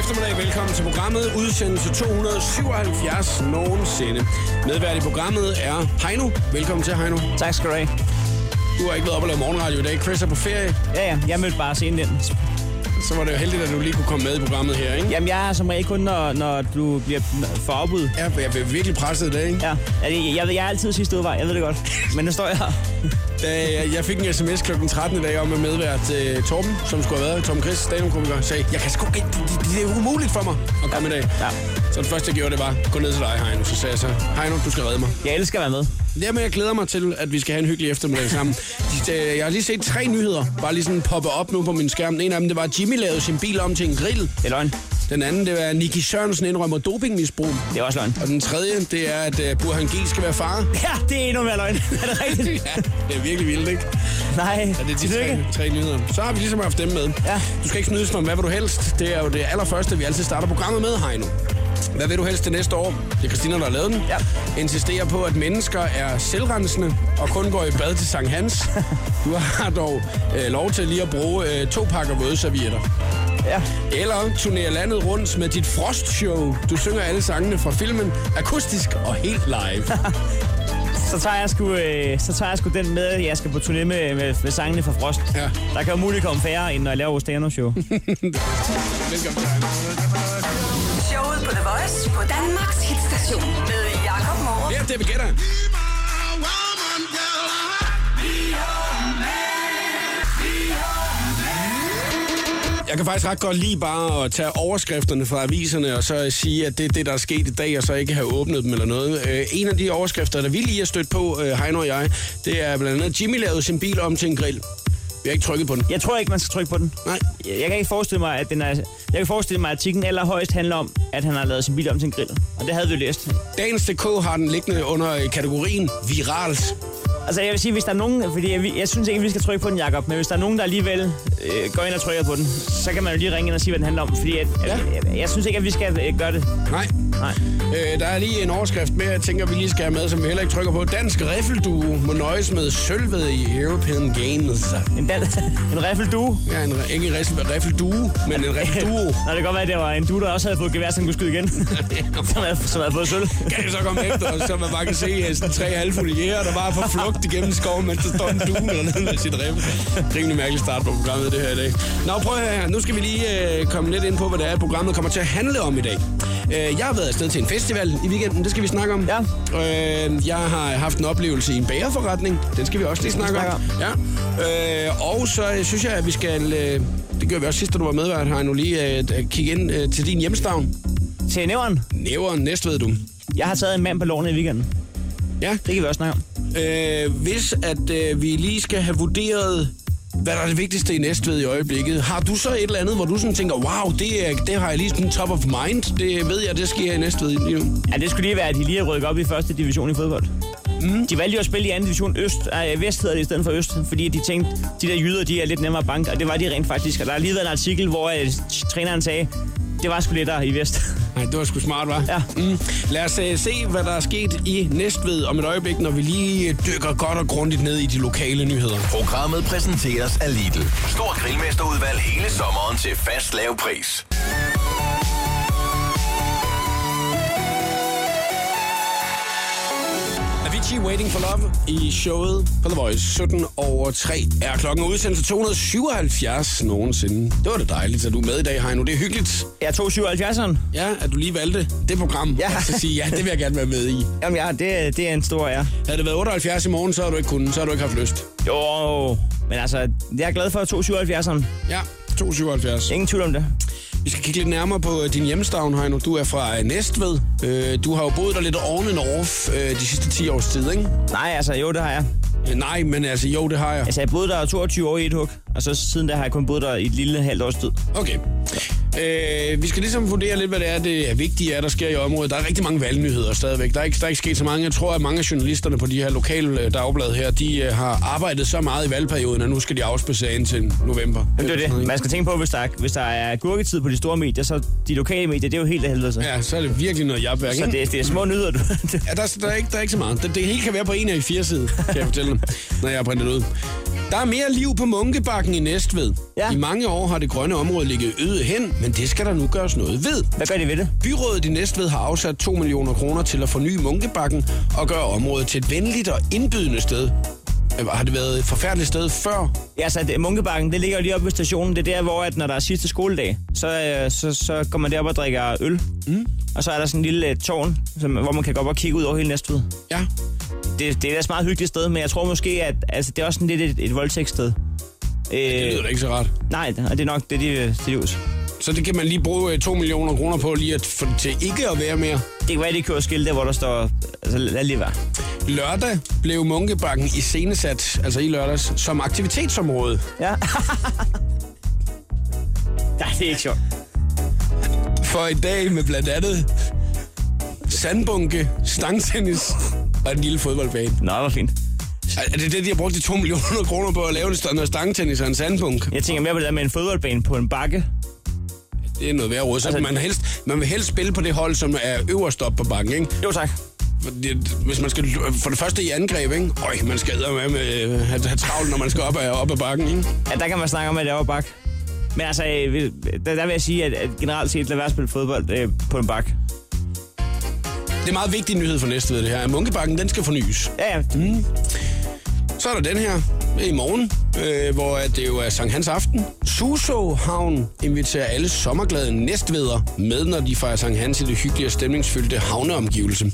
eftermiddag. Velkommen til programmet. Udsendelse 277 nogensinde. Medvært i programmet er Heino. Velkommen til, Heino. Tak skal du have. Du har ikke været op og lave morgenradio i dag. Chris er på ferie. Ja, ja, jeg mødte bare sent ind. Så var det jo heldigt, at du lige kunne komme med i programmet her, ikke? Jamen, jeg er som regel kun, når, når du bliver for opud. Ja, jeg blev virkelig presset i dag, ikke? Ja, jeg, jeg, jeg er altid sidste udvej, jeg ved det godt. Men nu står jeg her. Da jeg- Jeg fik en sms kl. 13 i dag om at medvært øh, Torben, som skulle have været. Tom Chris, stand-up-komiker, sagde, jeg kan sgu ikke, det, det, det er umuligt for mig at komme i dag. Ja. Så det første, jeg gjorde, det var, gå ned til dig, Heino. Så sagde jeg så, Heino, du skal redde mig. Jeg elsker at være med. Jamen, jeg glæder mig til, at vi skal have en hyggelig eftermiddag sammen. De- øh, Jeg har lige set tre nyheder, bare lige sådan poppe op nu på min skærm. En af dem, det var, at Jimmy lavede sin bil om til en grill. Det er løgn. Den anden, det var, at Nicky Sørensen indrømmer dopingmisbrug. Det er også løgn. Og den tredje, det er, at øh, Burhan G skal være far. Ja, det er endnu mere løgn. Er det rigtigt? Ja, det er virkelig vildt, ikke? Nej, Ja, det er de tillykke. tre, tre nyheder. Så har vi ligesom haft dem med. Ja. Du skal ikke snydes for, hvad vil du helst? Det er jo det allerførste, vi altid starter programmet med, Heino. Hvad vil du helst det næste år? Det er Christina, der har lavet den. Ja. Insisterer på, at mennesker er selvrensende og kun går i bad til Sankt Hans. Du har dog øh, lov til lige at bruge øh, to pakker våde servietter. Ja. Eller turnerer landet rundt med dit frostshow. Du synger alle sangene fra filmen akustisk og helt live. Så tager, jeg sgu, øh, så tager jeg sgu den med, jeg skal på turné med, med, med sangene fra Frost. Ja. Der kan jo muligt komme færre, end når jeg laver vores stand-up-show. Velkommen til Heino. Showet på The Voice på Danmarks hitstation med Jakob Morup. Ja, det er vi gætter. Jeg kan faktisk ret godt lide bare at tage overskrifterne fra aviserne, og så sige, at det er det, der er sket i dag, og så ikke have åbnet dem eller noget. Øh, en af de overskrifter, der vi lige har stødt på, øh, Heino og jeg, det er blandt andet, Jimmy lavede sin bil om til en grill. Vi har ikke trykket på den. Jeg tror ikke, man skal trykke på den. Nej, Jeg, jeg kan ikke forestille mig, at den er, jeg kan forestille mig, at artiklen allerhøjst handler om, at han har lavet sin bil om til en grill. Og det havde vi jo læst. Dagens.dk har den liggende under øh, kategorien viralt. Altså jeg vil sige, hvis der er nogen, fordi jeg, jeg synes ikke, vi skal trykke på den, Jacob, men hvis der er nogen, der alligevel øh, går ind og trykker på den, så kan man jo lige ringe ind og sige, hvad den handler om, fordi at, Ja. ja. jeg, jeg, jeg synes ikke, at vi skal øh, gøre det. Nej. Nej. Øh, der er lige en overskrift mere, jeg tænker, vi lige skal have med, som vi heller ikke trykker på. Dansk riffelduo må nøjes med sølvet i European Games. En, dan- en riffel du. Ja, en, re- ikke en riffel- riffelduo, men en riffelduo. Nå, det kan godt være, at det var en du, der også havde fået gevær, som kunne skyde igen. som, havde, som havde fået sølv. kan I så komme efter os, så man bare kan se øh, sådan tre halvfulde jæger, der bare er på flugt igennem skoven, mens der står en due eller noget med sit rem. Rimelig mærkelig start på programmet det her i dag. Nå, prøv at høre her. Nu skal vi lige øh, komme lidt ind på, hvad det er, programmet kommer til at handle om i dag. Øh, jeg har været afsted til en festival i weekenden, det skal vi snakke om. Ja. Øh, jeg har haft en oplevelse i en bagerforretning, den skal vi også lige snakke om. Ja. Øh, og så øh, synes jeg, at vi skal... Øh, det gør vi også sidst, da du var medvært, har jeg nu lige øh, kigge ind øh, til din hjemstavn. Til nævren. Næveren, næst ved du. Jeg har taget en mand på lårene i weekenden. Ja, Det kan vi også snakke om. Øh, hvis at øh, vi lige skal have vurderet, hvad der er det vigtigste i Næstved i øjeblikket, har du så et eller andet, hvor du sådan tænker, wow, det, er, det har jeg lige sådan top of mind, det ved jeg, det sker i Næstved lige nu. Ja, det skulle lige være, at de lige har rykket op i første division i fodbold. Mm. De valgte jo at spille i anden division øst, øh, vest hedder det i stedet for øst, fordi de tænkte, de der jyder, de er lidt nemmere at banke, og det var de rent faktisk. Og der har lige været en artikel, hvor øh, træneren sagde, det var sgu lettere i vest. Nej, det var sgu smart, var. Ja. Mm. Lad os øh, se, hvad der er sket i Næstved om et øjeblik, når vi lige øh, dykker godt og grundigt ned i de lokale nyheder. Programmet præsenteres af Lidl. Stor grillmesterudvalg hele sommeren til fast lav pris. Avicii Waiting for Love i showet på The Voice. 17 over 3 er klokken udsendelse 277 nogensinde. Det var det dejligt, at du er med i dag, Heino. Det er hyggeligt. Jeg tog 77'eren. Ja, at du lige valgte det program. Ja. Og så sige, ja, det vil jeg gerne være med i. Jamen ja, det, det er en stor ære. Havde det været 78 i morgen, så har du ikke kunnet, så har du ikke haft lyst. Jo, men altså, jeg er glad for at tog 77'eren. Ja, 277. Ingen tvivl om det. Vi skal kigge lidt nærmere på øh, din hjemstavn, Heino. Du er fra øh, Næstved. Øh, Du har jo boet der lidt on and off øh, de sidste 10 års tid, ikke? Nej, altså, jo, det har jeg. Øh, Nej, men altså, jo, det har jeg. Altså, jeg boede der 22 år i et hug, og så siden da har jeg kun boet der i et lille halvt års tid. Okay. Øh, vi skal ligesom vurdere lidt, hvad det er, det er vigtige er, der sker i området. Der er rigtig mange valgnyheder stadigvæk. Der er, ikke, der er ikke sket så mange. Jeg tror, at mange af journalisterne på de her lokale øh, dagblad her, de øh, har arbejdet så meget i valgperioden, at nu skal de afspacere indtil november. Jamen, det er Eller sådan det. noget, Man skal tænke på, hvis der, er, hvis der er gurketid på de store medier, så de lokale medier, det er jo helt af helvede. Så, Ja, så er det virkelig noget jabværk, så ikke? det, det er små nyder, du. Ja, der, er- der, er ikke, der er ikke så meget. Det, det hele kan være på en af de fire sider, kan jeg fortælle dem, når jeg har printet det ud. Der er mere liv på Munkebakken i Næstved. Ja. Ja. I mange år har det grønne område ligget øde hen, men det skal der nu gøres noget ved. Hvad gør de ved det? Byrådet i Næstved har afsat 2 millioner kroner til at forny Munkebakken og gøre området til et venligt og indbydende sted. Øh, Har det været et forfærdeligt sted før? Ja, så det, Munkebakken, det ligger jo lige oppe ved stationen. Det er der, hvor at når der er sidste skoledag, så, øh, så, så går man derop og drikker øl. Mm. Og så er der sådan en lille øh, tårn, som, hvor man kan gå op og kigge ud over hele Næstved. Ja. Det, det er et meget hyggeligt sted, men jeg tror måske, at altså, det er også sådan lidt et, et voldtægtssted. Øh, Det lyder da ikke så rart. nej, og det er nok det, de øh, det er de hus. Så det kan man lige bruge 2 millioner kroner på lige at få det til ikke at være mere. Det kan være, de kører skilte, hvor der står, altså lad lige være. Lørdag blev Munkebakken i scenesat, altså i lørdags, som aktivitetsområde. Ja. nej, det er ikke sjovt. For i dag med blandt andet sandbunke, stangtennis og en lille fodboldbane. Nå, hvor fint. Er det det, de har brugt de 2 millioner kroner på at lave det noget stangtennis og en sandbunke? Jeg tænker mere på det der med en fodboldbane på en bakke. Det er noget værre råd. Så Altså- altså, man, helst, man vil helst spille på det hold, som er øverst op på bakken, ikke? Jo tak. Fordi, hvis man skal lø- for det første i angreb, ikke? Øj, man skal med, med have, have travlt, når man skal op ad, op ad bakken, ikke? Ja, der kan man snakke om, at det er over bak. Men altså, øh, vi- der, der vil jeg sige, at, at generelt set, lad være at spille fodbold øh, på en bak. Det er en meget vigtig nyhed for næste ved det her. at Munkebakken, den skal fornyes. Ja, ja. Mm. Så er der den her i morgen, øh, hvor at det jo er Sankt Hans Aften. Suso Havn inviterer alle sommerglade næstveder med, når de fejrer Sankt Hans i det hyggelige og stemningsfyldte havneomgivelse.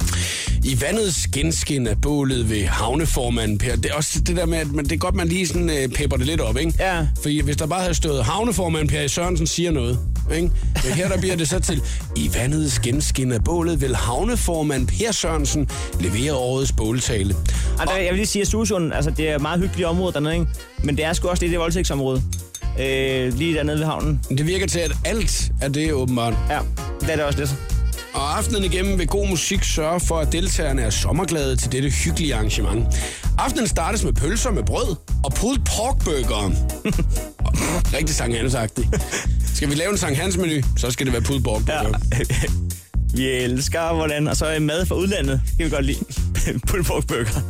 I vandet skinskin er bålet ved havneformanden Per. Det er også det der med, at man, det er godt, man lige sådan, øh, pepper det lidt op, ikke? Ja. Fordi hvis der bare havde stået havneformanden Per Sørensen siger noget, ikke? Men her der bliver det så til, i vandet skinskin er bålet vil havneformand Per Sørensen levere årets båletale. Og der, jeg vil lige sige, at Susund, altså det er et meget hyggeligt område dernede, ikke? Men det er sgu også lidt et voldtægtsområde. Øh, lige dernede ved havnen. Det virker til, at alt er det åbenbart. Ja, det er det også lidt. Og aftenen igennem vil god musik sørge for, at deltagerne er sommerglade til dette hyggelige arrangement. Aftenen startes med pølser med brød og pulled pork burger. Rigtig Sankt hans Skal vi lave en Sankt Hans menu, så skal det være pulled pork Ja. burger. Vi elsker, hvordan... Og så øh, mad fra udlandet. Det kan vi godt lide. Pulled burger.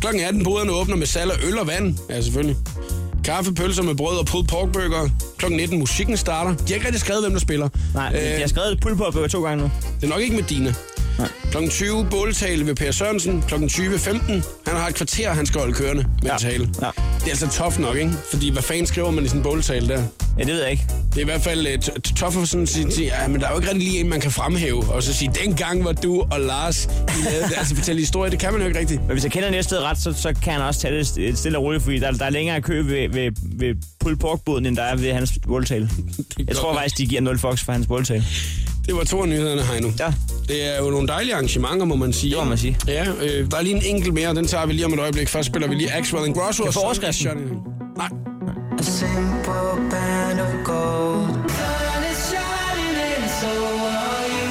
Klokken 18 boderne åbner med salg af øl og vand. Ja, selvfølgelig. Kaffe, pølser med brød og pulled pork burger. Klokken 19 musikken starter. De har ikke rigtig skrevet, hvem der spiller. Nej, øh. Øh, jeg har skrevet pulled burger to gange nu. Det er nok ikke med Dina. Klokken 20 båletale ved Per Sørensen. Klokken 20.15. Han har et kvarter, han skal holde kørende med Ja. ja. tale. Ja. Det er altså tof nok, ikke? Fordi hvad fanden skriver man i sådan en båletale der? Ja, det ved jeg ikke. Det er i hvert fald øh, et tof for sådan at sige, sige, ja, men der er jo ikke rigtig lige en, man kan fremhæve. Og så sige, dengang var du og Lars, I lavede det. Altså fortælle historie, det kan man jo ikke rigtigt. Men hvis jeg kender næste sted ret, så, så kan han også tage det st- stille og roligt, fordi der, der er længere kø ved, ved, ved pulled pork boden, end der er ved hans voldtale. Jeg tror godt. faktisk, de giver 0 fox for hans voldtale. Det var to af nyhederne, Heino. Ja. Det er jo nogle dejlige arrangementer, må man sige. Det må man sige. Ja, øh, der er lige en enkelt mere, den tager vi lige om et øjeblik. Først spiller vi lige Axwell and Grosso. Jeg får og så- overskriften. Nej, A simple band of gold.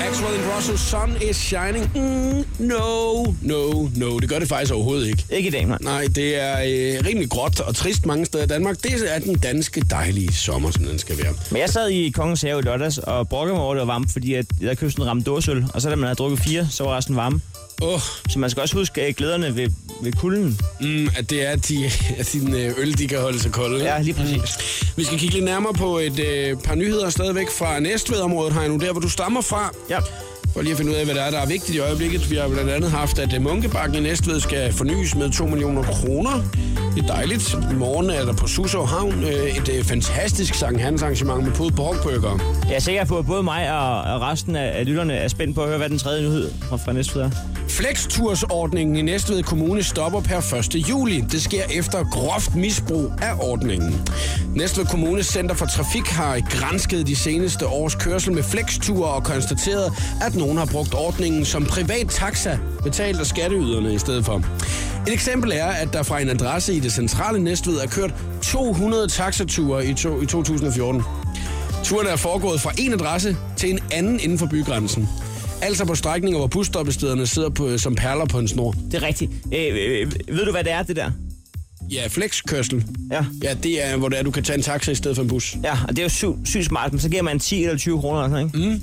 Axwell and Russell, Sun is Shining. Mm, no, no, no. Det gør det faktisk overhovedet ikke. Ikke i dag, mand. Nej, det er øh, rimelig gråt og trist mange steder i Danmark. Det er den danske dejlige sommer, som den skal være. Men jeg sad i Kongens Have i lørdags og brokkede mig over, at det var varmt, fordi at jeg havde købt sådan en ramme dåsøl, og så da man havde drukket fire, så var resten varme. Åh, oh, Så man skal også huske øh, glæderne ved, ved kulden. mm, at det er, at, de, at din øh, øl, de kan holde sig kolde. ikke? Ja, lige præcis. Vi skal kigge lidt nærmere på et øh, par nyheder stadigvæk fra Næstvedområdet, Heino, der hvor du stammer fra. Ja. For lige at finde ud af, hvad der er, der er vigtigt i øjeblikket. Vi har blandt andet haft, at øh, Munkebakken i Næstved skal fornyes med 2 millioner kroner. Det er dejligt. I morgen er der på Suså Havn øh, et øh, fantastisk Sankt Hans arrangement med pulled pork burger. Jeg er sikker på, at både mig og, og resten af, af lytterne er spændt på at høre, hvad den tredje nyhed fra, fra næste er. Flextursordningen i Næstved Kommune stopper per 1. juli. Det sker efter groft misbrug af ordningen. Næstved Kommune Center for Trafik har grænsket de seneste års kørsel med flexture og konstateret, at nogen har brugt ordningen som privat taxa, betalt af skatteyderne i stedet for. Et eksempel er, at der fra en adresse i det centrale Næstved er kørt 200 taxature i, to- i 2014. Turen er foregået fra en adresse til en anden inden for bygrænsen. Altså på strækninger, hvor busstoppestederne sidder på, øh, som perler på en snor. Det er rigtigt. Øh, øh, ved du, hvad det er, det der? Ja, flexkørsel. Ja. Ja, det er, hvor det er, du kan tage en taxa i stedet for en bus. Ja, og det er jo sygt syg sygt smart, men så giver man 10 eller 20 kroner eller sådan, ikke? Mm.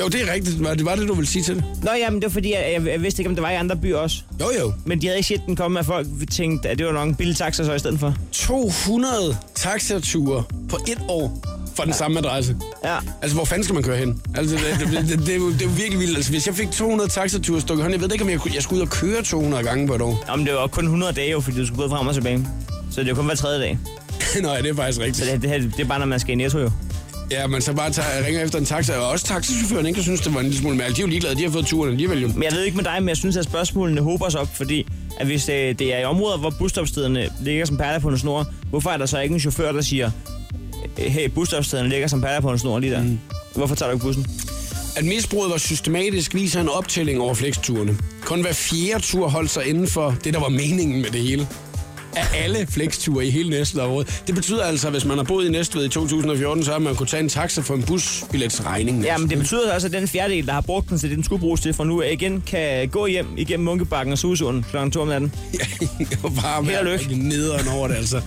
Jo, det er rigtigt. Var det, var det du ville sige til det? Nå, jamen, det var fordi, jeg, jeg, jeg vidste ikke, om det var i andre byer også. Jo, jo. Men de havde ikke set den komme, at folk tænkte, at det var nok en billig taxa så i stedet for. 200 taxature på et år fra den samme adresse. Ja. Altså, hvor fanden skal man køre hen? Altså, det, det, det, det, er jo- det er jo virkelig vildt. Altså, hvis jeg fik 200 taxature stukket hånd, jeg ved ikke, om jeg, kunne- jeg skulle ud og køre 200 gange på et år. Om det var kun 100 dage jo, fordi du skulle både frem og tilbage. Så det er jo kun hver tredje dag. Nej, det er faktisk Så rigtigt. det, det, her, det er bare, når man skal i Netto jo. Ja, men så bare tager, ringer efter en taxa, og også taxichaufføren ikke synes, det var en lille smule mærkeligt. De er jo ligeglade, de har fået turen alligevel jo. Men jeg ved ikke med dig, men jeg synes, at spørgsmålene håber sig op, fordi at hvis det, det er i områder, hvor busstopstederne ligger som perler på en snor, hvorfor er der så ikke en chauffør, der siger, "Øh, hey, busstopstederne ligger som perler på en snor lige der? Mm. Hvorfor tager du ikke bussen? At misbruget var systematisk, viser en optælling over flexturene. Kun hver fjerde tur holdt sig inden for det, der var meningen med det hele. Af alle flexture i hele næste år. Det betyder altså, at hvis man har boet i Næstved i 2014, så har man kunne tage en taxa for en busbillets regning. med. Ja, men det betyder også, at den fjerdedel, der har brugt den til det, den skulle bruges til, for nu igen kan gå hjem igennem Munkebakken og Sugesunden kl. 2 om natten. og bare Held og være lykke. nederen over det, altså.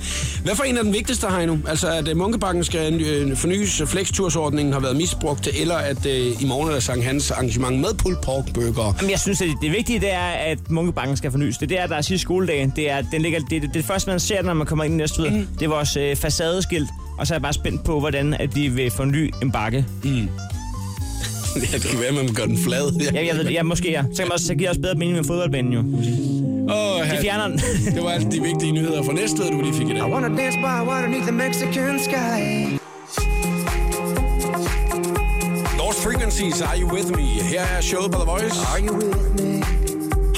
Hvad for en af den vigtigste, Heino? Altså, at uh, Munkebakken skal uh, fornyes, at flextursordningen har været misbrugt, eller at uh, i morgen er der Sankt Hans arrangement med pulled pork burger. Jamen, jeg synes, at det vigtige det er, at Munkebanken skal fornyes. Det er der, der er sidste skoledag. Det er, den ligger, det, det, det, første, man ser, når man kommer ind i næste mm. det er vores øh, facadeskilt. Og så er jeg bare spændt på, hvordan at de vil forny en bakke. ja, det kan være, man gør den flad. Ja, jeg ved det. Ja, måske ja. Så, kan man også, så giver det også bedre mening med fodboldbanen jo. Åh, De ja. fjerner den. det var altså de vigtige nyheder fra Næstved, du lige fik i dag. I wanna dance by water 'neath the Mexican sky. Lost Frequencies, Are You With Me? Her er showet på The Voice. Are you with me?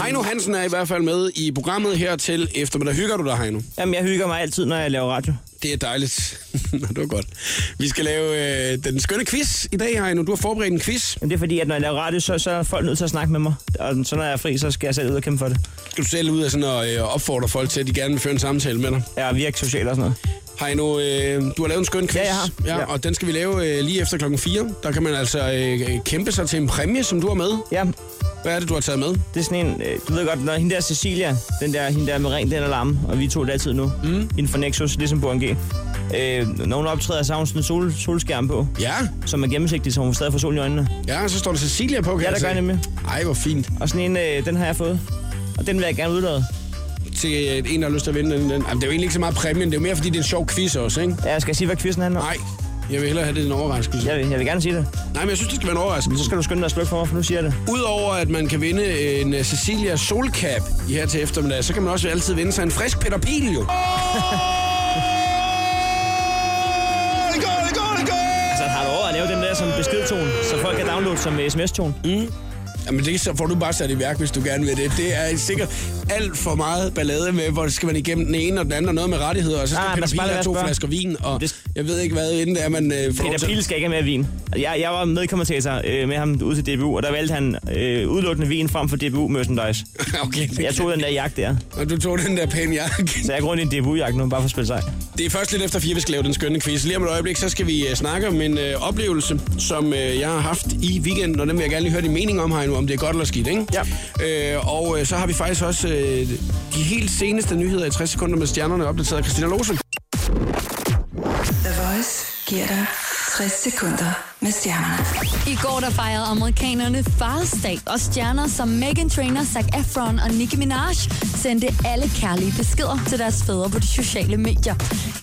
Heino Hansen er i hvert fald med i programmet her til eftermiddag. Hygger du dig, Heino? Jamen, jeg hygger mig altid, når jeg laver radio. Det er dejligt. Nå, det var godt. Vi skal lave øh, den skønne quiz i dag, Heino. Du har forberedt en quiz. Men det er fordi, at når jeg laver radio, så, så er folk nødt til at snakke med mig. Og så når jeg er fri, så skal jeg selv ud og kæmpe for det. Skal du selv ud af sådan at øh, opfordre folk til, at de gerne vil føre en samtale med dig? Jeg er virkelig social og sådan noget. Heino, øh, du har lavet en skøn quiz. Ja, jeg har. Ja, Ja. og den skal vi lave øh, lige efter klokken 4. Der kan man altså øh, øh, kæmpe sig til en præmie, som du har med. Ja, Hvad er det, du har taget med? det er sådan en... øh, Du ved godt, når hende der Cecilia, den der, hende der med ring, den alarm, og vi to det altid nu, mm. inden for Nexus, ligesom på en G. Øh, når hun optræder, så har hun sådan en sol, solskærm på, Ja, som er gennemsigtig, så hun stadig får sol i øjnene. ja så står der Cecilia på, kan Ja, der jeg se. gør jeg nemlig. Ej, hvor fint. Og sådan en, øh, den har jeg fået. Og den vil jeg gerne udlade. til øh, en, der har lyst til at vinde den. den. Jamen, det er jo egentlig ikke så meget præmien, det er jo mere, fordi det er en sjov quiz også, ikke? Ja, skal jeg sige, hvad quizzen handler om? Nej, jeg vil hellere have det en overraskelse. Ja. Jeg vil, jeg vil gerne sige det. Nej, men jeg synes, det skal være en Så overraskelse. skal du skynde dig at slukke for mig, for nu siger jeg det. Udover at man kan vinde en øh, Cecilia Solcap i her til eftermiddag, så kan man også altid vinde sig en frisk Peter Piel, jo. Altså, har du over at lave den der som beskedtone, så folk kan downloade som sms-tone? Mm. Jamen, det så får du bare sat i værk, hvis du gerne vil det. Det er sikkert alt for meget ballade med, hvor skal man igennem den ene og den anden, og noget med rettigheder, og så skal Ah, ah, Peter man skal bare Piel have lade være to at spørge. flasker vin, og Det- jeg ved ikke hvad, inden det er, man øh, får lov Peter til- Pil skal ikke have mere vin. Altså, Jeg, jeg var medkommentator øh, med ham ude til DBU, og der valgte han øh, udelukkende vin frem for DBU merchandise. okay, det Jeg tog den der jagt der, Og du tog den der pæne jakke. så jeg går rundt i en DBU-jagt nu, bare for at spille sig. Det er først lidt efter fire, vi skal lave den skønne quiz. Lige om et øjeblik, så skal vi øh, snakke om en øh, oplevelse, som øh, jeg har haft i weekenden, og den vil jeg gerne lige høre din mening om, Heino, om det er godt eller skidt, ikke? Ja. Øh, og øh, så har vi faktisk også øh, de helt seneste nyheder i 60 sekunder med stjernerne opdateret af Christina Lose. The Voice giver dig 60 sekunder med stjernerne. I går der fejrede amerikanerne farsdag, og stjerner som Megan Trainor, Zac Efron og Nicki Minaj sendte alle kærlige beskeder til deres fædre på de sociale medier.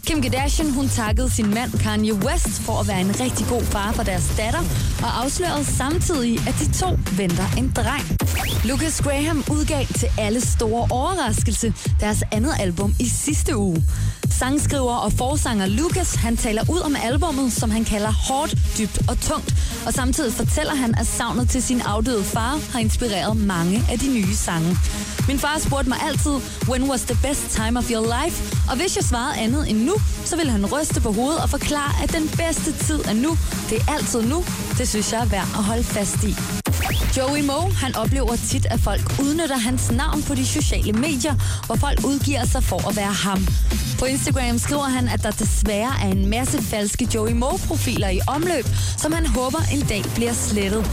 Kim Kardashian hun takkede sin mand Kanye West for at være en rigtig god far for deres datter, og afslørede samtidig, at de to venter en dreng. Lucas Graham udgav til alle store overraskelse deres andet album i sidste uge. Sangskriver og forsanger Lucas, han taler ud om albummet, som han kalder hårdt, dybt og tungt. Og samtidig fortæller han, at savnet til sin afdøde far har inspireret mange af de nye sange. Min far spurgte mig altid, when was the best time of your life? Og hvis jeg svarede andet end nu, så ville han ryste på hovedet og forklare, at den bedste tid er nu. Det er altid nu. Det synes jeg er værd at holde fast i. Joey Moe, han oplever tit, at folk udnytter hans navn på de sociale medier, hvor folk udgiver sig for at være ham. På Instagram skriver han, at der desværre er en masse falske Joey Moe-profiler i omløb, som han håber en dag bliver slettet.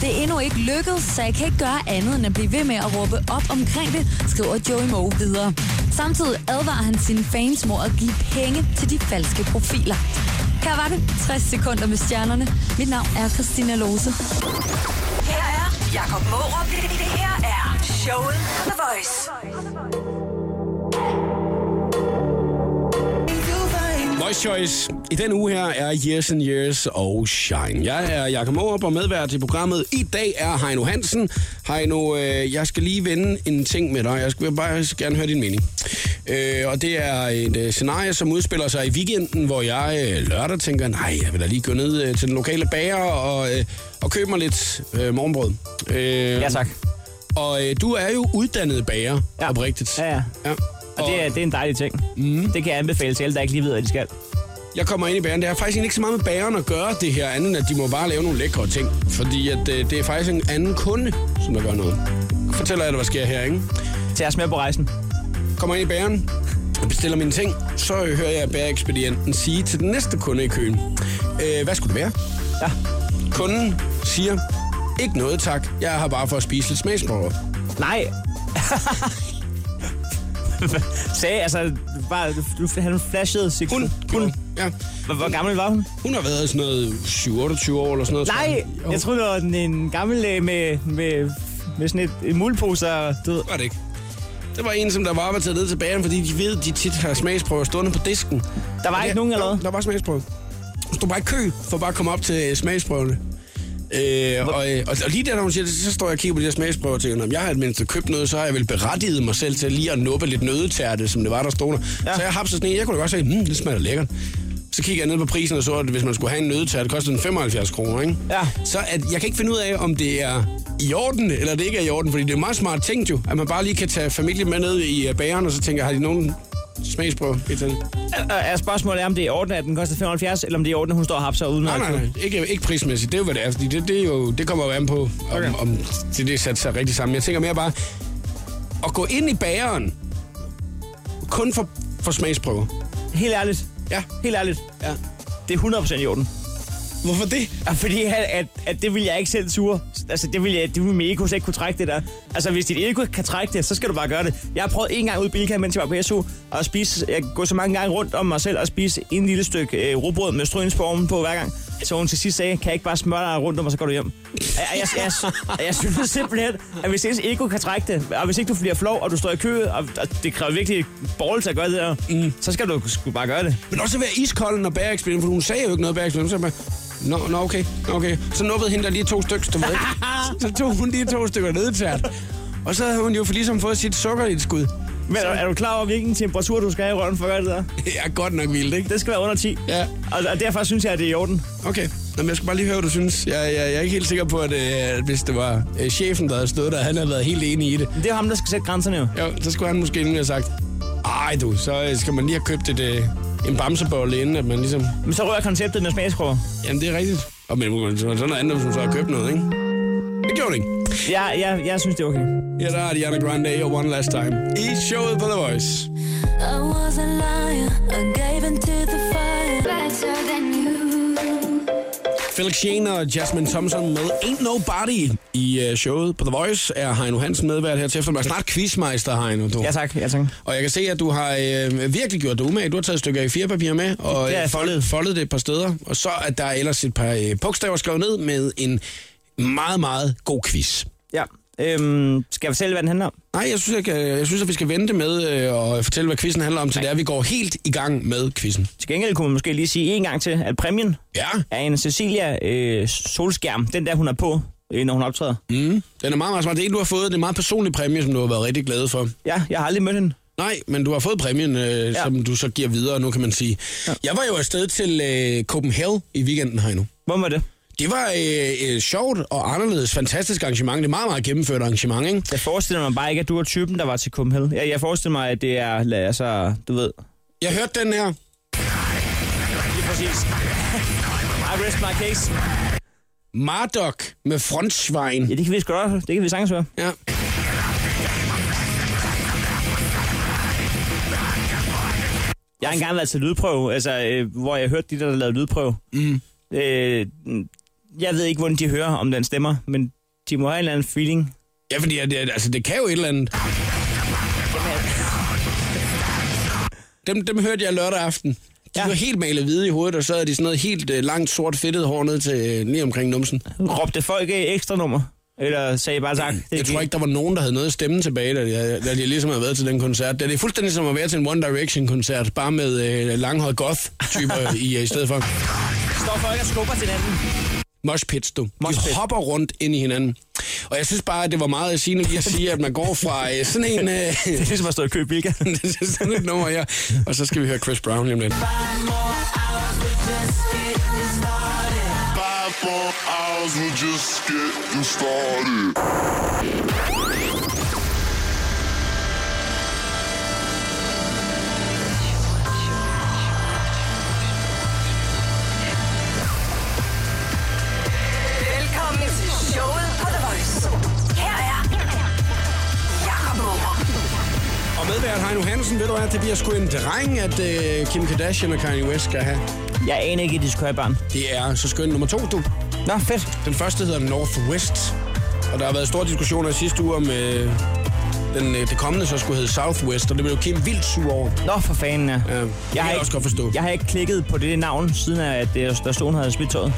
Det er endnu ikke lykkedes, så jeg kan ikke gøre andet end at blive ved med at råbe op omkring det, skriver Joey Moe videre. Samtidig advarer han sine fans mod at give penge til de falske profiler. Her var det 60 sekunder med stjernerne. Mit navn er Christina Lose. Her er Jakob Morup. Det, det, det her er showet på The Voice. Voice Choice. I den uge her er Years and Years og Shine. Jeg er Jakob Morup og medvært i programmet. I dag er Heino Hansen. Heino, øh, jeg skal lige vende en ting med dig. Jeg skal bare jeg skal gerne høre din mening. Øh, og det er et øh, scenarie, som udspiller sig i weekenden, hvor jeg øh, lørdag tænker, nej, jeg vil da lige gå ned øh, til den lokale bager og, øh, og købe mig lidt øh, morgenbrød. Øh, Ja, tak. Og øh, du er jo uddannet bager, Ja. oprigtigt. Ja, ja. ja. Og det er, det er en dejlig ting. Mm. Det kan jeg anbefale til alle, der ikke lige ved, hvad de skal. Jeg kommer ind i bageren. Det har faktisk egentlig ikke så meget med bageren at gøre det her, andet end at de må bare lave nogle lækre ting. Fordi at, øh, det er faktisk en anden kunde, som der gør noget. Fortæller jeg dig, hvad sker her, ikke? Tag os med på rejsen. Kommer ind i bageren, og bestiller mine ting. Så hører jeg bagerekspedienten sige til den næste kunde i køen. Øh, hvad skulle det være? Ja. Kunden siger, ikke noget tak. Jeg er her bare for at spise lidt smagsprøver. Nej. Sagde, altså, bare, du, han flashede sig. Hun, hun, ja. Hvor, hvor gammel var hun? Hun har været sådan noget 7-28 år eller sådan noget. tror Nej, Jo. jeg troede, det var en, en gammel øh, med, med, med sådan et, et muldpose. og Du ved. var det ikke. Det var en, som der bare var taget ned til bageren, fordi de ved, de tit har smagsprøver stående på disken. Der var Og ikke det- nogen eller Jo, hvad? Der var smagsprøver. Du stod bare i kø for bare at komme op til øh, smagsprøverne. Øh, og, øh, og, og, lige der, når hun siger det, så står jeg og kigger på de her smagsprøver og tænker, om jeg har et mindste købt noget, så har jeg vel berettiget mig selv til lige at nuppe lidt nødetærte, som det var, der stod der. Ja. Ja. Så jeg hapser sådan en, jeg kunne da godt se, hmm, det smager lækkert. Så kigger jeg ned på prisen og så, at hvis man skulle have en nødetærte, kostede den 75 kroner, ikke? Ja. Så at, jeg kan ikke finde ud af, om det er i orden, eller det ikke er i orden, fordi det er meget smart tænkt jo, at man bare lige kan tage familien med ned i øh, bageren, og så tænker, har de nogen smagsprøver? Et eller andet? Er, Øh, er spørgsmålet, om det er i orden, at den koster 75, eller om det er i orden, at hun står og hapser uden Nej, nej, nej. Ikke, ikke prismæssigt. Det er jo, hvad det er. Fordi det, det, er jo, det kommer jo an på, om, okay. om det, det satte sig rigtig sammen. Jeg tænker mere bare, at gå ind i bageren, kun for, for smagsprøver. Helt ærligt. Ja. Helt ærligt. ja. Det er 100% i orden. Hvorfor det? Ja, Fordi at, at, at det vil jeg ikke selv ture. Altså, det vil, jeg, det vil mit ego slet ikke kunne trække det der. Altså, hvis dit ego ikke kan trække det, så skal du bare gøre det. Jeg har prøvet en gang ud i Bilka, mens jeg var på SU, og spise, jeg går så mange gange rundt om mig selv og spise en lille stykke øh, rugbrød med strønsformen på hver gang. Så hun til sidst sagde, kan jeg ikke bare smøre dig rundt om, og så går du hjem. Jeg, jeg, jeg, jeg, jeg synes simpelthen, at hvis ens ego kan trække det, og hvis ikke du bliver flov, og du står i kø, og, og det kræver virkelig ballelse at gøre det der, mm. så skal du sgu bare gøre det. Men også at være iskold, når bagerekspedienten, for hun sagde jo ikke noget bagerekspedienten, så jeg bare, Nå, nå, okay, nå, okay. Så nuppede hende der lige to stykker, du ved ikke? Så tog hun lige to stykker nedtært. Og så havde hun jo for ligesom fået sit sukkerhedsskud. Men er, er du klar over, hvilken temperatur du skal have i røven for at gøre det der? Jeg er godt nok vildt, ikke? Det skal være under 10. Ja. Og, og derfor synes jeg, at det er i orden. Okay, Nå, men jeg skal bare lige høre, hvad du synes. Jeg, jeg, jeg er ikke helt sikker på, at, øh, at hvis det var øh, chefen, der havde stået der, han havde været helt enig i det. Men Det er ham, der skal sætte grænserne jo. Jo, så skulle han måske lige have sagt, ej du, så øh, skal man lige have købt et, øh, en bamsebolle inden, at man ligesom... Men så rører konceptet med smagsprøver. Jamen, det er rigtigt. Og men men så er der noget andet, hvis man så har købt noget, ikke? Det gjorde det ikke. Jeg, jeg, jeg synes, det er okay. Ja, der er Ariana Grande og One Last Time i showet på The Voice. I was a liar, I gave in to the fire. Better than you. Felix Sheen og Jasmine Thompson med Ain't Nobody i øh, showet på The Voice er Heino Hansen medvært her til eftermiddag. Snart quizmeister, Heino, du. Ja tak, ja tak. Og jeg kan se, at du har øh, virkelig gjort dig umage. Du har taget stykker i fire papir med og Det er øh, foldet, foldet. foldet det et par steder. Og så er der ellers et par øh, bogstaver skrevet ned med en meget, meget god quiz. Ja. Øhm, skal jeg fortælle, hvad den handler om? Nej, jeg synes, jeg, kan, jeg synes at vi skal vente med øh, at fortælle, hvad quizzen handler om, til det er, at vi går helt i gang med quizzen. Til gengæld kunne man måske lige sige en gang til, at præmien Ja, er en Cecilia øh, solskærm. Den der, hun har på, øh, når hun optræder. mm, den er meget, meget smart. Det er en, du har fået. Det er en meget personlig præmie, som du har været rigtig glad for. Ja, jeg har aldrig mødt hende. Nej, men du har fået præmien, øh, ja. som du så giver videre nu, kan man sige. Ja. Jeg var jo afsted til øh, Copenhagen i weekenden her nu. Hvor var det? Det var øh, øh, sjovt og anderledes. Fantastisk arrangement. Det er meget, meget gennemført arrangement, ikke? Jeg forestiller mig bare ikke, at du er typen, der var til Copenhagen. Jeg, jeg forestiller mig, at det er, lad- altså, du ved... Jeg hørte den her. Lige præcis. I rest my case. Mardok med Frontsvejen. Ja, det kan vi sgu godt. Det kan vi sagtens høre. Ja. Jeg har engang været til lydprøve, altså, øh, hvor jeg hørte de der, der lavede lydprøve. Mm. Øh, jeg ved ikke, hvordan de hører, om den stemmer, men de må have en eller anden feeling. Ja, fordi at, at, altså, det kan jo et eller andet. Dem, dem hørte jeg lørdag aften. De var helt malet hvide i hovedet, og så havde de sådan noget helt øh, langt sort fedtet hår ned til øh, lige omkring numsen. Råbte folk et ekstra nummer? Eller sagde I bare tak? Det Mm, Jeg tror ikke, der var nogen, der havde noget stemme tilbage, da de, da de ligesom havde været til den koncert. Det er fuldstændig som at være til en One Direction-koncert, bare med øh, langhåret goth-typer i, øh, i stedet for. Står folk og skubber til hinanden. Moshpits, du. Moshpit. De hopper rundt ind i hinanden. Og jeg synes bare, at det var meget at sige, når jeg siger, at man går fra øh, sådan en... Øh, Det er ligesom at stå i kø i Bilka. sådan et nummer her. Og så skal vi høre Chris Brown lige om lidt. Five more hours, we're just getting started. Velkommen til showet på The Voice. Her er Jakob Morup. Og medvært Heino Hansen, ved du hvad, det bliver sgu en dreng, at øh, Kim Kardashian og Kanye West skal have. Jeg aner ikke, at de skulle have et barn. Det er så skønt nummer to, du. Nå, fedt. Den første hedder Northwest, og der har været store diskussioner i sidste uge om, øh, den, øh, det kommende så skulle hedde Southwest, og det blev Kim vildt sur over. Nå, for fanden. Ja. Ja, Øhm, det kan jeg også godt forstå. Jeg har ikke klikket på det navn, siden at øh, der stod, hun havde smidt tøjet.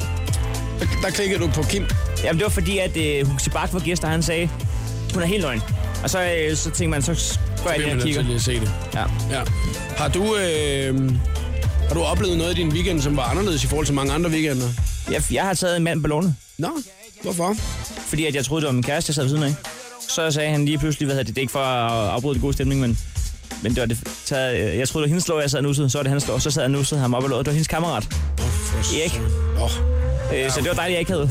Der, der klikker du på Kim. Jamen, det var fordi, at øh, Huxi Bak var gæst, og han sagde, hun er helt nøgen. Og så, øh, så tænkte man, så går jeg Det ind og man kigger. til lige at se det. Ja. Ja. Har du, øh, har du oplevet noget i din weekend, som var anderledes i forhold til mange andre weekender? Jeg, jeg har taget en mand på lånet, Nå, hvorfor? fordi at jeg troede, det var min kæreste, jeg sad ved siden af. Så sagde han lige pludselig, hvad hedder det, det er ikke for at afbryde den gode stemning, men, men det var det, taget, øh, jeg troede, det var hendes lår, jeg sad og nussede, så var det hans lår, så sad jeg og nussede ham op og låret. Det var hendes kammerat. Erik. Oh, Øh, så det var dejligt, jeg ikke havde.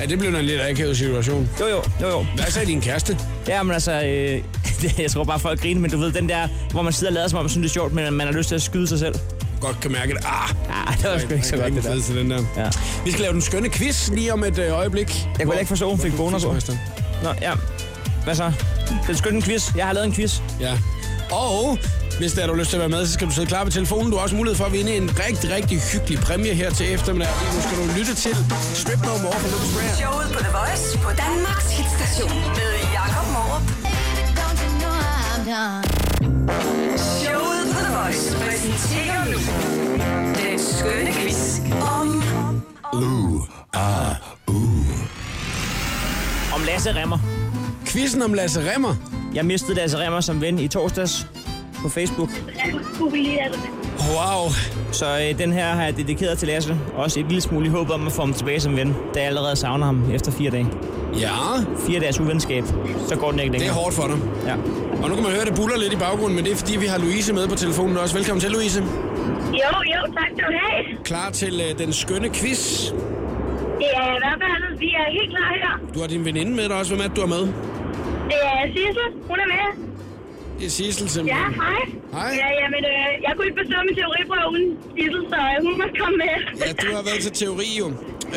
ja, det blev da en lidt akavet situation. Jo, jo, jo, jo. Hvad sagde din kæreste? Ja, men altså, øh, det, jeg tror bare, folk griner, men du ved, den der, hvor man sidder og lader, som om man synes, det er sjovt, men man har lyst til at skyde sig selv. Godt kan mærke det. Ah, Ah, det var sgu ikke så godt, det der. Til den der. Ja. Vi skal lave den skønne quiz lige om et øh, øjeblik. Jeg kunne heller ikke forstå, hun fik boner på. Quizmester. Nå, ja. Hvad så? Det er sgu en quiz. Jeg har lavet en quiz. Ja. Og hvis der er du har lyst til at være med, så skal du sidde klar på telefonen. Du har også mulighed for at vinde en rigtig, rigtig hyggelig præmie her til eftermiddag. Nu skal du lytte til Strip No More fra Lucas Graham. Showet på The Voice på Danmarks hitstation med Jakob Morup. Showet på The Voice præsenterer nu den skønne quiz om Om Lasse Remmer. Quizzen om Lasse Remmer. Jeg mistede Lasse Remmer som ven i torsdags på Facebook. Wow. Så øh, den her har jeg dedikeret til Lasse. Også et lille smule i håb om at få ham tilbage som ven, da jeg allerede savner ham efter fire dage. Ja, Fire dages uvenskab, så går den ikke det er længere. hårdt for dig. Ja. Og nu kan man høre, det buller lidt i baggrunden, men det er fordi, vi har Louise med på telefonen også. Velkommen til, Louise. Jo, jo, tak skal du have. Klar til øh, den skønne quiz. Det er i hvert fald, vi er helt klar her. Du har din veninde med dig også. Hvem er det, du er med? Det er Sissel, hun er med. Det er Sissel, Ja, simpelthen. hej. Hej. Ja, jamen, øh, jeg kunne ikke bestå min teoriprøve uden Sissel, så øh, hun måtte komme med. Ja, du har været til teori, jo.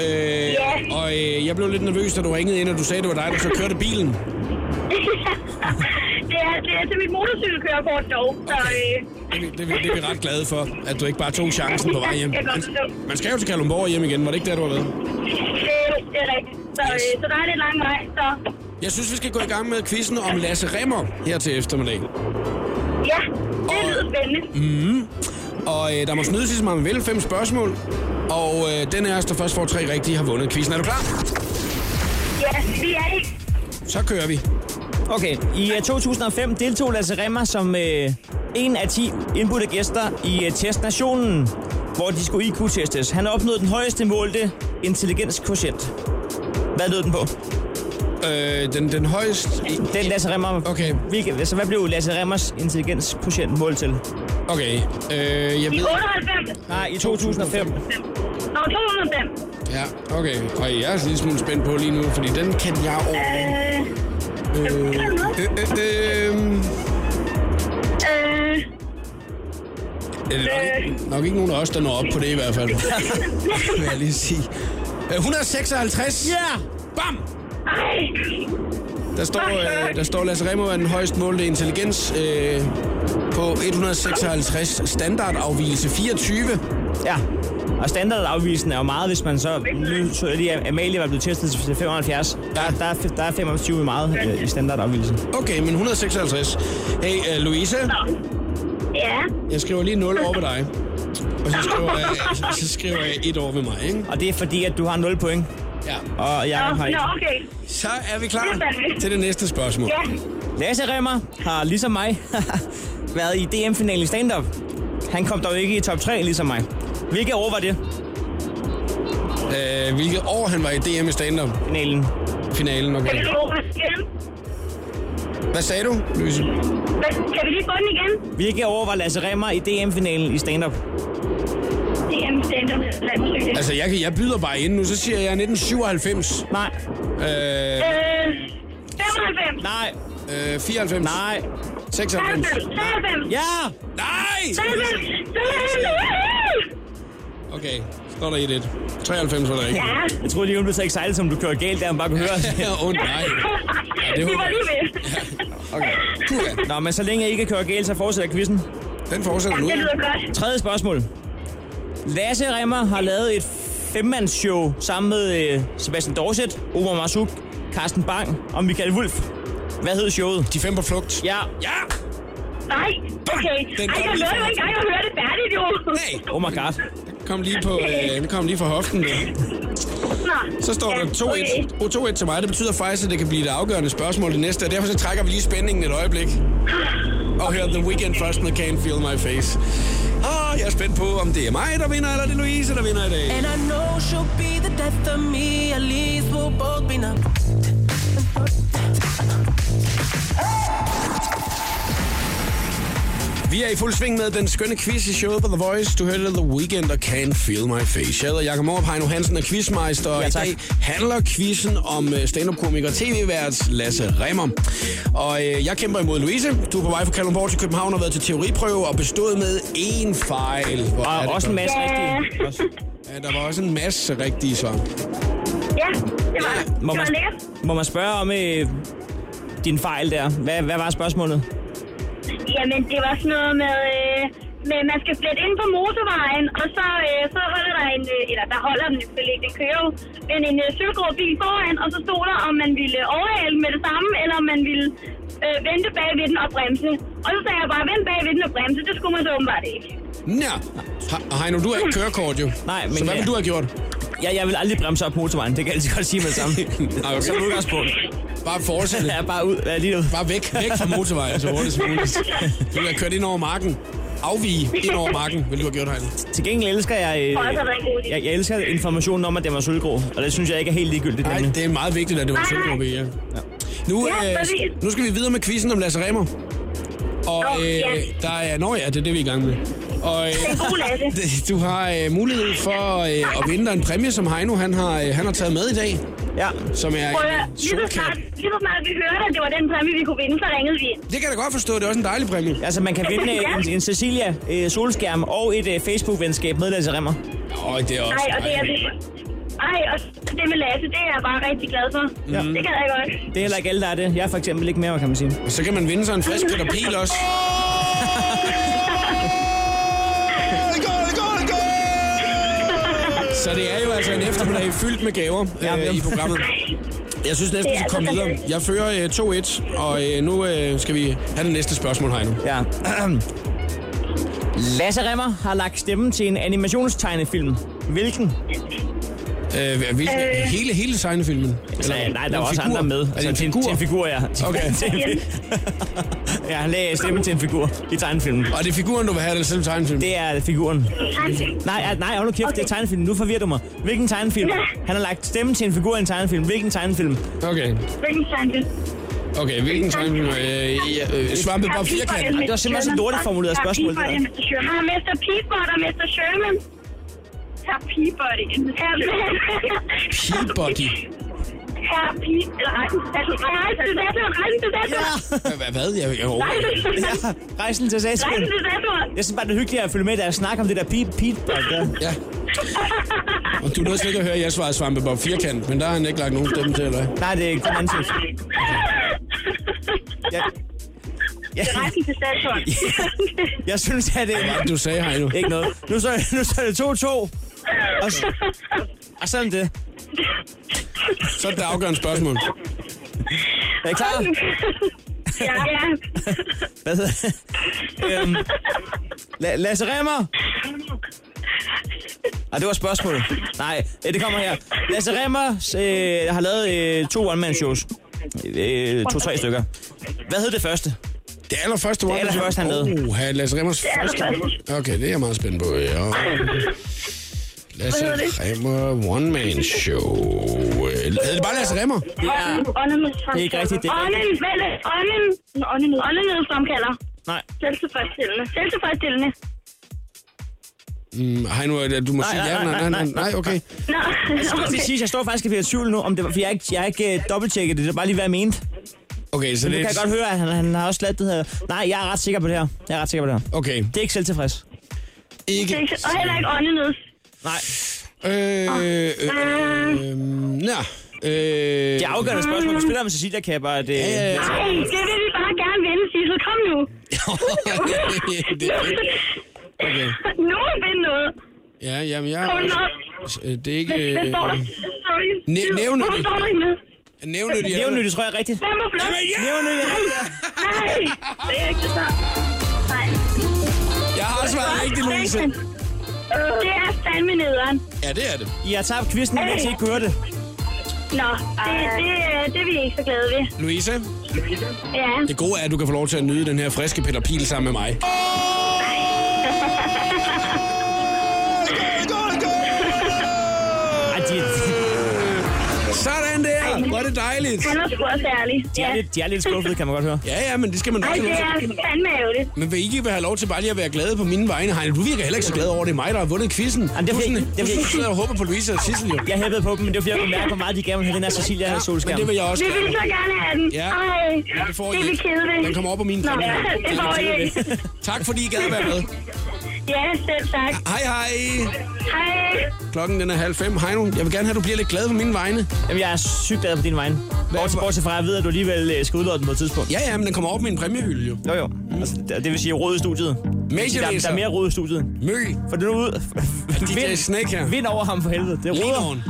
Øh, Ja. Og øh, jeg blev lidt nervøs, da du ringede ind, og du sagde, det var dig, der så kørte bilen. det, er, det er til mit motorcykelkørekort dog, så... Okay. Øh, Det, er vi- det, er vi- det er vi ret glade for, at du ikke bare tog chancen på vej hjem. Jeg kan godt forstå. Man skal jo til Kalundborg hjem igen, var det ikke der, du har været? det, det er rigtigt. Så, øh, så der er lidt lang vej, så... Jeg synes, vi skal gå i gang med quizzen om Lasse Remmer her til eftermiddag. Ja, det lyder spændende. Mm. Og øh, der må snydes, hvis man vil. Fem spørgsmål. Og øh, den af os, der først får tre rigtige, har vundet quizzen. Er du klar? Ja, vi er ikke... Så kører vi. Okay, i øh, 2005 deltog Lasse Remmer som øh, en af 10 indbudte gæster i øh, Test Nationen, hvor de skulle IQ-testes. Han opnåede den højeste målte intelligenskoefficient. Hvad lød den på? Øh, den, den højeste... Den Lasse Remmer. Okay. Hvilke, så hvad blev Lasse Remmers intelligenskoefficient målt til? Okay. Øh, jeg I ved... 98. Nej, i 2005. Nå, 205. Ja, okay. Og jeg er lidt smule spændt på lige nu, fordi den kan jeg overhovedet. Øh, Øh, øh, øh, øh, ja, det er nok, ikke, nok ikke nogen af os, der når op på det i hvert fald. vil jeg lige sige. Øh, 156. Ja! Yeah! Bam! ej. Der står, øh, der står Lasse Remmer er den højst målte intelligens øh, på 156 standardafvielse 24. Ja. Og standardafvielsen er jo meget, hvis man så... Nu så jeg lige, at Amalie var blevet testet til 75. Der, der, er, der er 25 i meget øh, i standardafvielsen. Okay, men 156. Hey, uh, Louise, Ja, jeg skriver lige 0 over på dig. Og så skriver jeg, øh, så skriver jeg et år ved mig, ikke? Og det er fordi, at du har 0 point. Ja. Og Jacob har Nå, ikke. nå, okay. Så er vi klar Det er det. til det næste spørgsmål. Ja. Lasse Remmer har ligesom mig været i DM-finalen i stand-up. Han kom dog ikke i top 3 ligesom mig. Hvilket år var det, Øh, hvilket år han var i DM i stand-up-finalen, finalen? Kan okay. vi få den igen? Hvad sagde du, Louise? Hvad, kan vi lige få den igen? Hvilket år var Lasse Remmer i DM-finalen i stand-up? Det er en standard. Altså, jeg, kan- jeg byder bare ind nu, så siger jeg 1997. Nej, Øh, Øh, 95. nej, øh, 94. nej. 96. 95. 95. Ja! Nej! 95. 95. Okay, står der i det. 93 var der ikke. Ja. Jeg troede lige, hun blev så excited, som du kører galt, der man bare kunne høre. Ja, åh oh, nej. Ja, det Vi håber var jeg. lige ved. Okay. Puha, Nå, men så længe jeg ikke kører galt, så fortsætter quizzen. den fortsætter Ja, nu. det lyder godt. Tredje spørgsmål. Lasse Remmer har lavet et femmandsshow sammen med øh, Sebastian Dorset, Omar Marzouk, Carsten Bang og Michael Wulff. Hvad hed showet? De fem på flugt. Ja, Ja! Nej, okay. Den Ej, kom jeg lige nåede fra- jo ikke engang at høre det færdigt, jo. Hey, oh my god. kom lige på, øh, den kom lige fra hoften. Der. Nå. Så står der Ja, 2-1 Oh, 2-1 til mig. Det betyder faktisk, at det kan blive det afgørende spørgsmål det næste, og derfor så trækker vi lige spændingen et øjeblik. Og hører The Weekend først med Can't Feel My Face. Og jeg er spændt på, om det er mig, der vinder, eller det er Louise, der vinder i dag. And I know she'll be the death of me. At least we'll both be numb. Vi er i fuld sving med den skønne quiz i showet på The Voice. Du hørte The Weekend og Can't Feel My Face. Jeg hedder Jakob Morup, Heino Hansen er quizmeister. og Ja, I tak. dag handler quizzen om øh, stand-up-komiker og tv-vært Lasse Remmer. Og øh, jeg kæmper imod Louise. Du er på vej fra Kalundborg til København og har været til teoriprøve og bestået med én fejl. Hvor er Og det også en godt. masse Ja. rigtige. Også. Ja, der var også en masse rigtige svar. Ja, det var det. Må Det man, var lækkert. må man spørge om øh, din fejl der? Hvad, hvad var spørgsmålet? Jamen, det var sådan noget med, øh, med man skal flette ind på motorvejen, og så, øh, så holder der en, øh, eller der holder den selvfølgelig ikke, den kører jo, men en øh, sølvgrå bil foran, og så stod der, om man ville overhale den med det samme, eller om man ville øh, vente bag ved den og bremse. Og så sagde jeg bare, vent bag ved den og bremse, det skulle man så åbenbart ikke. Nå, He- Heino, du har ikke kørekort jo. Nej, men Så hvad ja. ville du have gjort? Ja, jeg vil aldrig bremse op på motorvejen. Det kan jeg altid godt sige med det samme. Ej, okay. Som udgangspunkt. Bare fortsæt. Ja, bare ud. Ja, lige ud. Bare væk, væk fra motorvejen så hurtigt som muligt. Du har kørt ind over marken. Afvige ind over marken, vil du have gjort, Heine. Til gengæld elsker jeg, øh, Og så var det en god idé. jeg, jeg elsker informationen om, at det var sølvgrå. Og det synes jeg ikke er helt ligegyldigt. Nej, nemlig. det er meget vigtigt, at det var Nej, sølvgruppe, ja. Nu, Ja, præcis. øh, nu skal vi videre med quizzen om Lasse Remmer. Og Nå, øh, ja. der er... Nå ja, det er det, vi er i gang med. Og En øh, god lasse. du har øh, mulighed for øh, at vinde dig en præmie, som Heino han har, øh, han har taget med i dag, Ja. som er Prøv at høre, en lige så snart, solkat. lige så snart vi hørte, at det var den præmie, vi kunne vinde, så ringede vi ind. Det kan jeg da godt forstå, det er også en dejlig præmie. Altså, man kan vinde øh, en, en Cecilia øh, solskærm og et øh, Facebook-venskab med Lasse Remmer. Åh, det er også Ej, og det er dejligt. Ej, og det med Lasse, det er jeg bare rigtig glad for. Ja. Det kan jeg godt. Det er heller ikke alle, der er det. Jeg er for eksempel ikke med, kan man sige. Og så kan man vinde sig en frisk Peter Piel også. Det går, det går, det går! Så det er jo altså en eftermiddag fyldt med gaver øh, i programmet. Jeg synes næsten, vi skal komme videre. Jeg fører øh, 2-1, og øh, nu øh, skal vi have det næste spørgsmål, Heino. Ja. Lasse Remmer har lagt stemmen til en animationstegnefilm. Hvilken? Øh, hvilken, øh. Hele, hele tegnefilmen? Altså, Eller nej, der en var også figur? andre med. Altså, Er det en til, til figur? en figur, ja. Til- Okay. til en fi- ja, han lagde stemmen til en figur i tegnefilmen. Og det er figuren, du vil have, eller selv tegnefilmen? Det er figuren. Mm. Nej, ja, nej, hold nu kæft, okay. Okay. det er tegnefilm. Nu forvirrer du mig. Hvilken tegnefilm? Han har lagt stemmen til en figur i en tegnefilm. Hvilken tegnefilm? Okay, Hvilken tanke? okay, hvilken tegnefilm? Øh, ja, øh, svampet bare firkant. Det var simpelthen så dårligt formuleret spørgsmål, det der. Jeg har Mr. Peabody og Mr. Sherman. Her Peabody. Her Peabody. Her Peabody. Eller rejsen til Saturn. Rejsen til Saturn. Hvad? Hvad? Jeg, jeg, jeg, Rejsen til Saturn. Ja, rejsen til Saskia. Rejsen til Saturn. Jeg synes bare, det er hyggeligt at følge med, da jeg snakker om det der Pete Pete der. Ja. Og du nåede slet ikke at høre, at jeg svarede Svampe Bob firkant, men der har han ikke lagt nogen stemme til, eller hvad? Nej, det er ikke den anden ting. Jeg, jeg, Det er Rejsen til Saturn. jeg synes, at det er Du sagde her endnu. ikke noget. Nu står, nu står det 2-2. Og, s- og sådan det. Så er det afgørende spørgsmål. Er I klar? Ja, ja. Hvad hedder det? øhm, La- Lasse Remmer Ah, det var spørgsmålet. Nej, øh, det kommer her. Lasse Remmer øh, har lavet øh, to one-man-shows. Øh, To-tre stykker. Hvad hed det første? Det allerførste Det allerførste, han lavede. Oh, Lasse Remmers Det første. allerførste. Okay, det er jeg meget spændt på. Ja. Lasse hedder det? Remmer One Man Show. Øh, Hedder det bare Lasse Remmer? Det er ikke rigtigt, det er Ånden, vælge, ånden, ånden, ånden, fremkalder. Nej. Selvtilfredsstillende. Selvtilfredsstillende. Mm, hej nu, øh, du må Nej, sige nej, ja. nej, Nej, nej, nej, nej, okay. Nå, Okay. Til okay. sidst, jeg står faktisk og bliver i tvivl nu, om det var, for jeg har ikke, jeg har ikke øh, dobbelttjekket det. Det er bare lige, hvad jeg mente. Okay, så Men nu det kan jeg godt høre, at han, han har også ladt det her. Nej, jeg er ret sikker på det her. Jeg er ret sikker på det her. Okay, Det er ikke selvtilfreds. ikke... Og heller ikke åndenød. Nej, Øh, øh, øh, Nå. Øh, det er afgørende spørgsmål. Du spiller med Cecilia Kapper. at, øh, ja, ja. Nej, det vil vi bare gerne vinde, Sissel. Kom nu. det er fedt. Okay. Nu vil vi vinde noget. Ja, jamen, jeg... Kom nu. Øh, Det er ikke... Hvad- Hvad Øh, står der? Sorry. næ- nævner Hvorfor det. står der ikke noget? nævner de... Nævn nu, det tror jeg er rigtigt. Hvem var flot? Jamen, ja! Nævn nu, jeg Nej, det er ikke det samme. Nej. Jeg har svaret rigtigt, Louise. Det er fandme nederen. Ja, det er det. I har tabt quizzen, mens I ikke kunne høre det. Nå, det, det, øh, det er vi ikke så glade ved. Louise, Ja. det gode er, at du kan få lov til at nyde den her friske Peter Pil sammen med mig. Ej, de, Sådan der! Hvor er det dejligt. Han var sgu også ærlig. de, Ja. er lidt, de er lidt skuffede, kan man godt høre. Ja, ja, men det skal man nok Ej, have det lov er til. fandme ærgerligt. Men vil I ikke have lov til bare lige at være glade på mine vegne, Heine? Du virker heller ikke så glad over, at det er mig, der har vundet quizzen. Jamen, det er Du fordi- sådan- det er du fordi- sådan sidder og håber på Louise og Sissel, jo. Jeg hæppede på dem, men det var fordi, jeg kunne mærke, hvor meget de gerne ville have den her Cecilia her men solskærm. det vil jeg også Vi vil gerne. så gerne have den. Ja. Ej, Men det får I det er vi ikke. kede ved. Den kommer op på min Nå, præmie. ja, det er får vi I kede ikke. ved. Tak fordi I gad at være med. Ja, selv tak. Hej, hej. Hej. Klokken den er halv fem. Hej nu. Jeg vil gerne have, at du bliver lidt glad på mine vegne. Jamen, jeg er sygt glad på din vegne. Bortset, bortset fra, at jeg ved, at du alligevel øh, skal udlåde den på et tidspunkt. Ja, ja, men den kommer op med en præmiehylde, jo. Jo, jo. Altså, det det vil sige rød i studiet. Der, der Medielæser. er mere rød i studiet. Mø. For det er nu ud. DJ Snake her. Vind over ham for helvede. Det er roder. Lederen.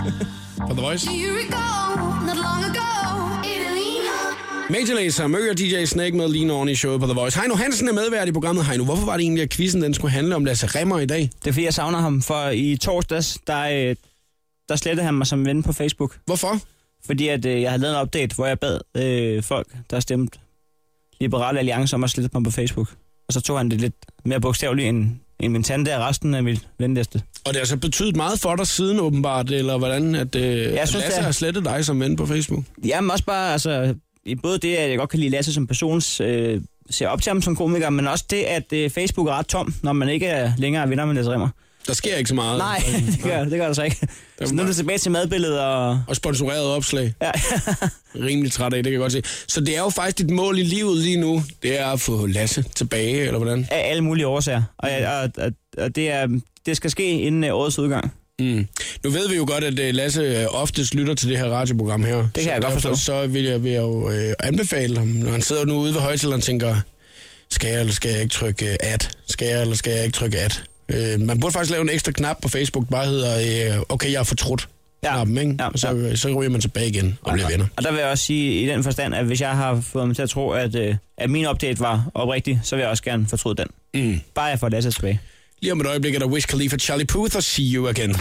På The Voice. Here we go, not long ago, Italy. Majorlaser, Møger DJ Snake med lige on i showet på The Voice. Heino Hansen er medvært i programmet. Heino, hvorfor var det egentlig, at quizzen den skulle handle om Lasse Remmer i dag? Det er fordi, jeg savner ham, for i torsdags, der, øh, der slettede han mig som ven på Facebook. Hvorfor? Fordi at, øh, jeg havde lavet en update, hvor jeg bad øh, folk, der stemte Liberale Alliance om at slette mig på Facebook. Og så tog han det lidt mere bogstaveligt end, end min tante og resten af min venliste. Og det har så betydet meget for dig siden åbenbart, eller hvordan, at, øh, jeg at synes, Lasse det er- har slettet dig som ven på Facebook? Jamen også bare, altså, i både det, at jeg godt kan lide Lasse som person, øh, ser op til ham som komiker, men også det, at øh, Facebook er ret tom, når man ikke er længere vinder med Lasse Rimmer. Der sker ikke så meget. Nej, det gør, det gør der så ikke. Så nu er det tilbage til madbilledet og... Og sponsoreret opslag. Ja. Rimelig træt af, det kan jeg godt se. Så det er jo faktisk dit mål i livet lige nu, det er at få Lasse tilbage, eller hvordan? af alle mulige årsager. Og, og, og, og det, er, det skal ske inden øh, årets udgang. Mm. Nu ved vi jo godt, at øh, Lasse øh, oftest lytter til det her radioprogram her. Det kan jeg godt forstå. Så vil jeg, vil jeg jo øh, anbefale ham, når han sidder nu ude ved højtaleren og tænker, skal jeg eller skal jeg ikke trykke øh, at? Skal jeg eller skal jeg ikke trykke at? Øh, man burde faktisk lave en ekstra knap på Facebook, der bare hedder, øh, okay, jeg er fortrudt. Ja. Knappen, ikke? Ja, og så, øh, så ryger man tilbage igen og bliver venner. Og der vil jeg også sige i den forstand, at hvis jeg har fået mig til at tro, at, øh, at min update var oprigtig, så vil jeg også gerne fortryde den. Mm. Bare jeg får Lasse tilbage. Lige om et øjeblik er der Wiz Khalifa, Charlie Puth og See You Again.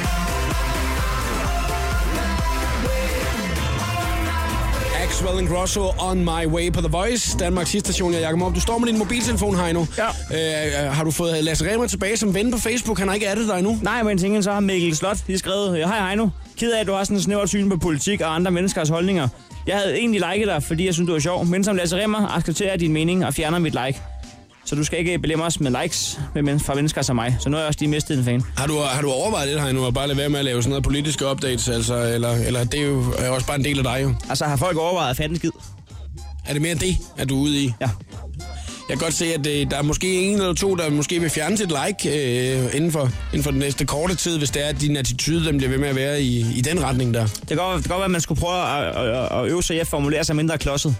Axwell and Grosso on my way på The Voice. Danmarks sidste station, jeg er Jacob Morup. Du står med din mobiltelefon, Heino. Ja. Øh, har du fået Lasse Remmer tilbage som ven på Facebook? Han har ikke addet dig endnu. Nej, men tænker så har Mikkel Slot lige skrevet, Hej hej nu, ked af, at du har sådan en snævert syn på politik og andre menneskers holdninger. Jeg havde egentlig liket dig, fordi jeg synes, du er sjov, men som Lasse Remmer accepterer jeg din mening og fjerner mit like. Så du skal ikke belemme os med likes med men- fra mennesker som mig. Så nu har jeg også lige mistet en fan. Har du, har du overvejet det, Heino, at bare lade være med at lave sådan noget politiske updates? Altså, eller, eller det er jo er også bare en del af dig, jo. Altså har folk overvejet at fatte en skid? Er det mere det, at du er ude i? Ja. Jeg kan godt se, at øh, der er måske en eller to, der måske vil fjerne sit like øh, inden, for, inden for den næste korte tid, hvis det er, at din attitude den bliver ved med at være i, i den retning der. Det kan godt, det kan godt være, at man skulle prøve at, at, at øve sig i at formulere sig mindre klodset.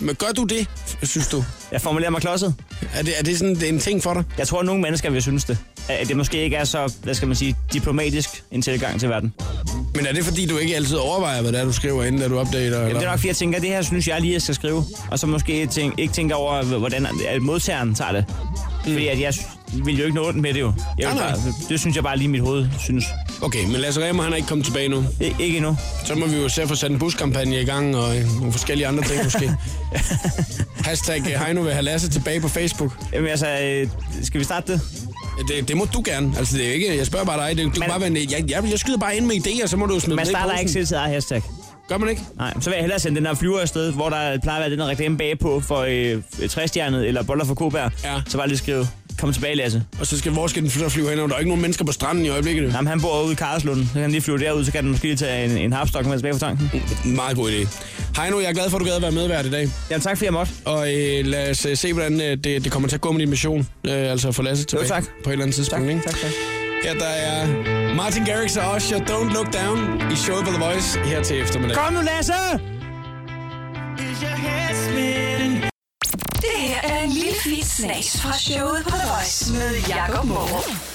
Men gør du det, synes du? Jeg formulerer mig klodset. Er det, er det sådan det er en ting for dig? Jeg tror, at nogle mennesker vil synes det. At det måske ikke er så, hvad skal man sige, diplomatisk en tilgang til verden. Men er det, fordi du ikke altid overvejer, hvad det er, du skriver, inden at du updater? Jamen, eller? det er nok, fordi jeg tænker, at det her synes jeg lige, jeg skal skrive. Og så måske tænk, ikke tænker over, hvordan at modtageren tager det. Fordi at jeg, ville jo ikke nå den med det jo. Jeg vil Mm. Nej, nej. bare, det synes jeg bare lige i mit hoved, synes. Okay, men Lasse Remmer, han er ikke kommet tilbage nu. I, ikke endnu. Så må vi jo se at få sat en buskampagne i gang, og øh, nogle forskellige andre ting måske. Hashtag øh, Heino vil have Lasse tilbage på Facebook. Jamen altså, øh, skal vi starte det? Det, det må du gerne. Altså, det er ikke, jeg spørger bare dig. Det, du Men- kan bare være, en- jeg, jeg, jeg skyder bare ind med idéer, så må du jo smide Man dem ned i starter posen. ikke selv sit eget hashtag. Gør man ikke? Nej, så vil jeg hellere sende den her flyver afsted, hvor der plejer at være den her reklame bagpå for øh, træstjernet eller boller for kobær. Ja. Så bare lige skrive, kom tilbage Lasse. Og så skal, hvor skal den så flyve hen? Der er jo ikke nogen mennesker på stranden i øjeblikket. jo. Jamen, han bor ude i Karlslunden, så kan han lige flyve derud, så kan den måske lige tage en, en harpstok med tilbage fra tanken. Meget god idé. Heino, jeg er glad for, at du gad at være medvært i dag. Jamen tak fordi jeg måtte. Og øh, lad os øh, se, hvordan øh, det, det kommer til at gå med din mission. Øh, altså at få Lasse tilbage tak. på et eller andet tidspunkt. Ikke? Mm, tak, tak. Her der er Martin Garrix og Usher Don't Look Down i showet på The Voice her til eftermiddag. Kom nu Lasse! Det her er en lille fint snas fra showet på The Voice med Jakob Morup.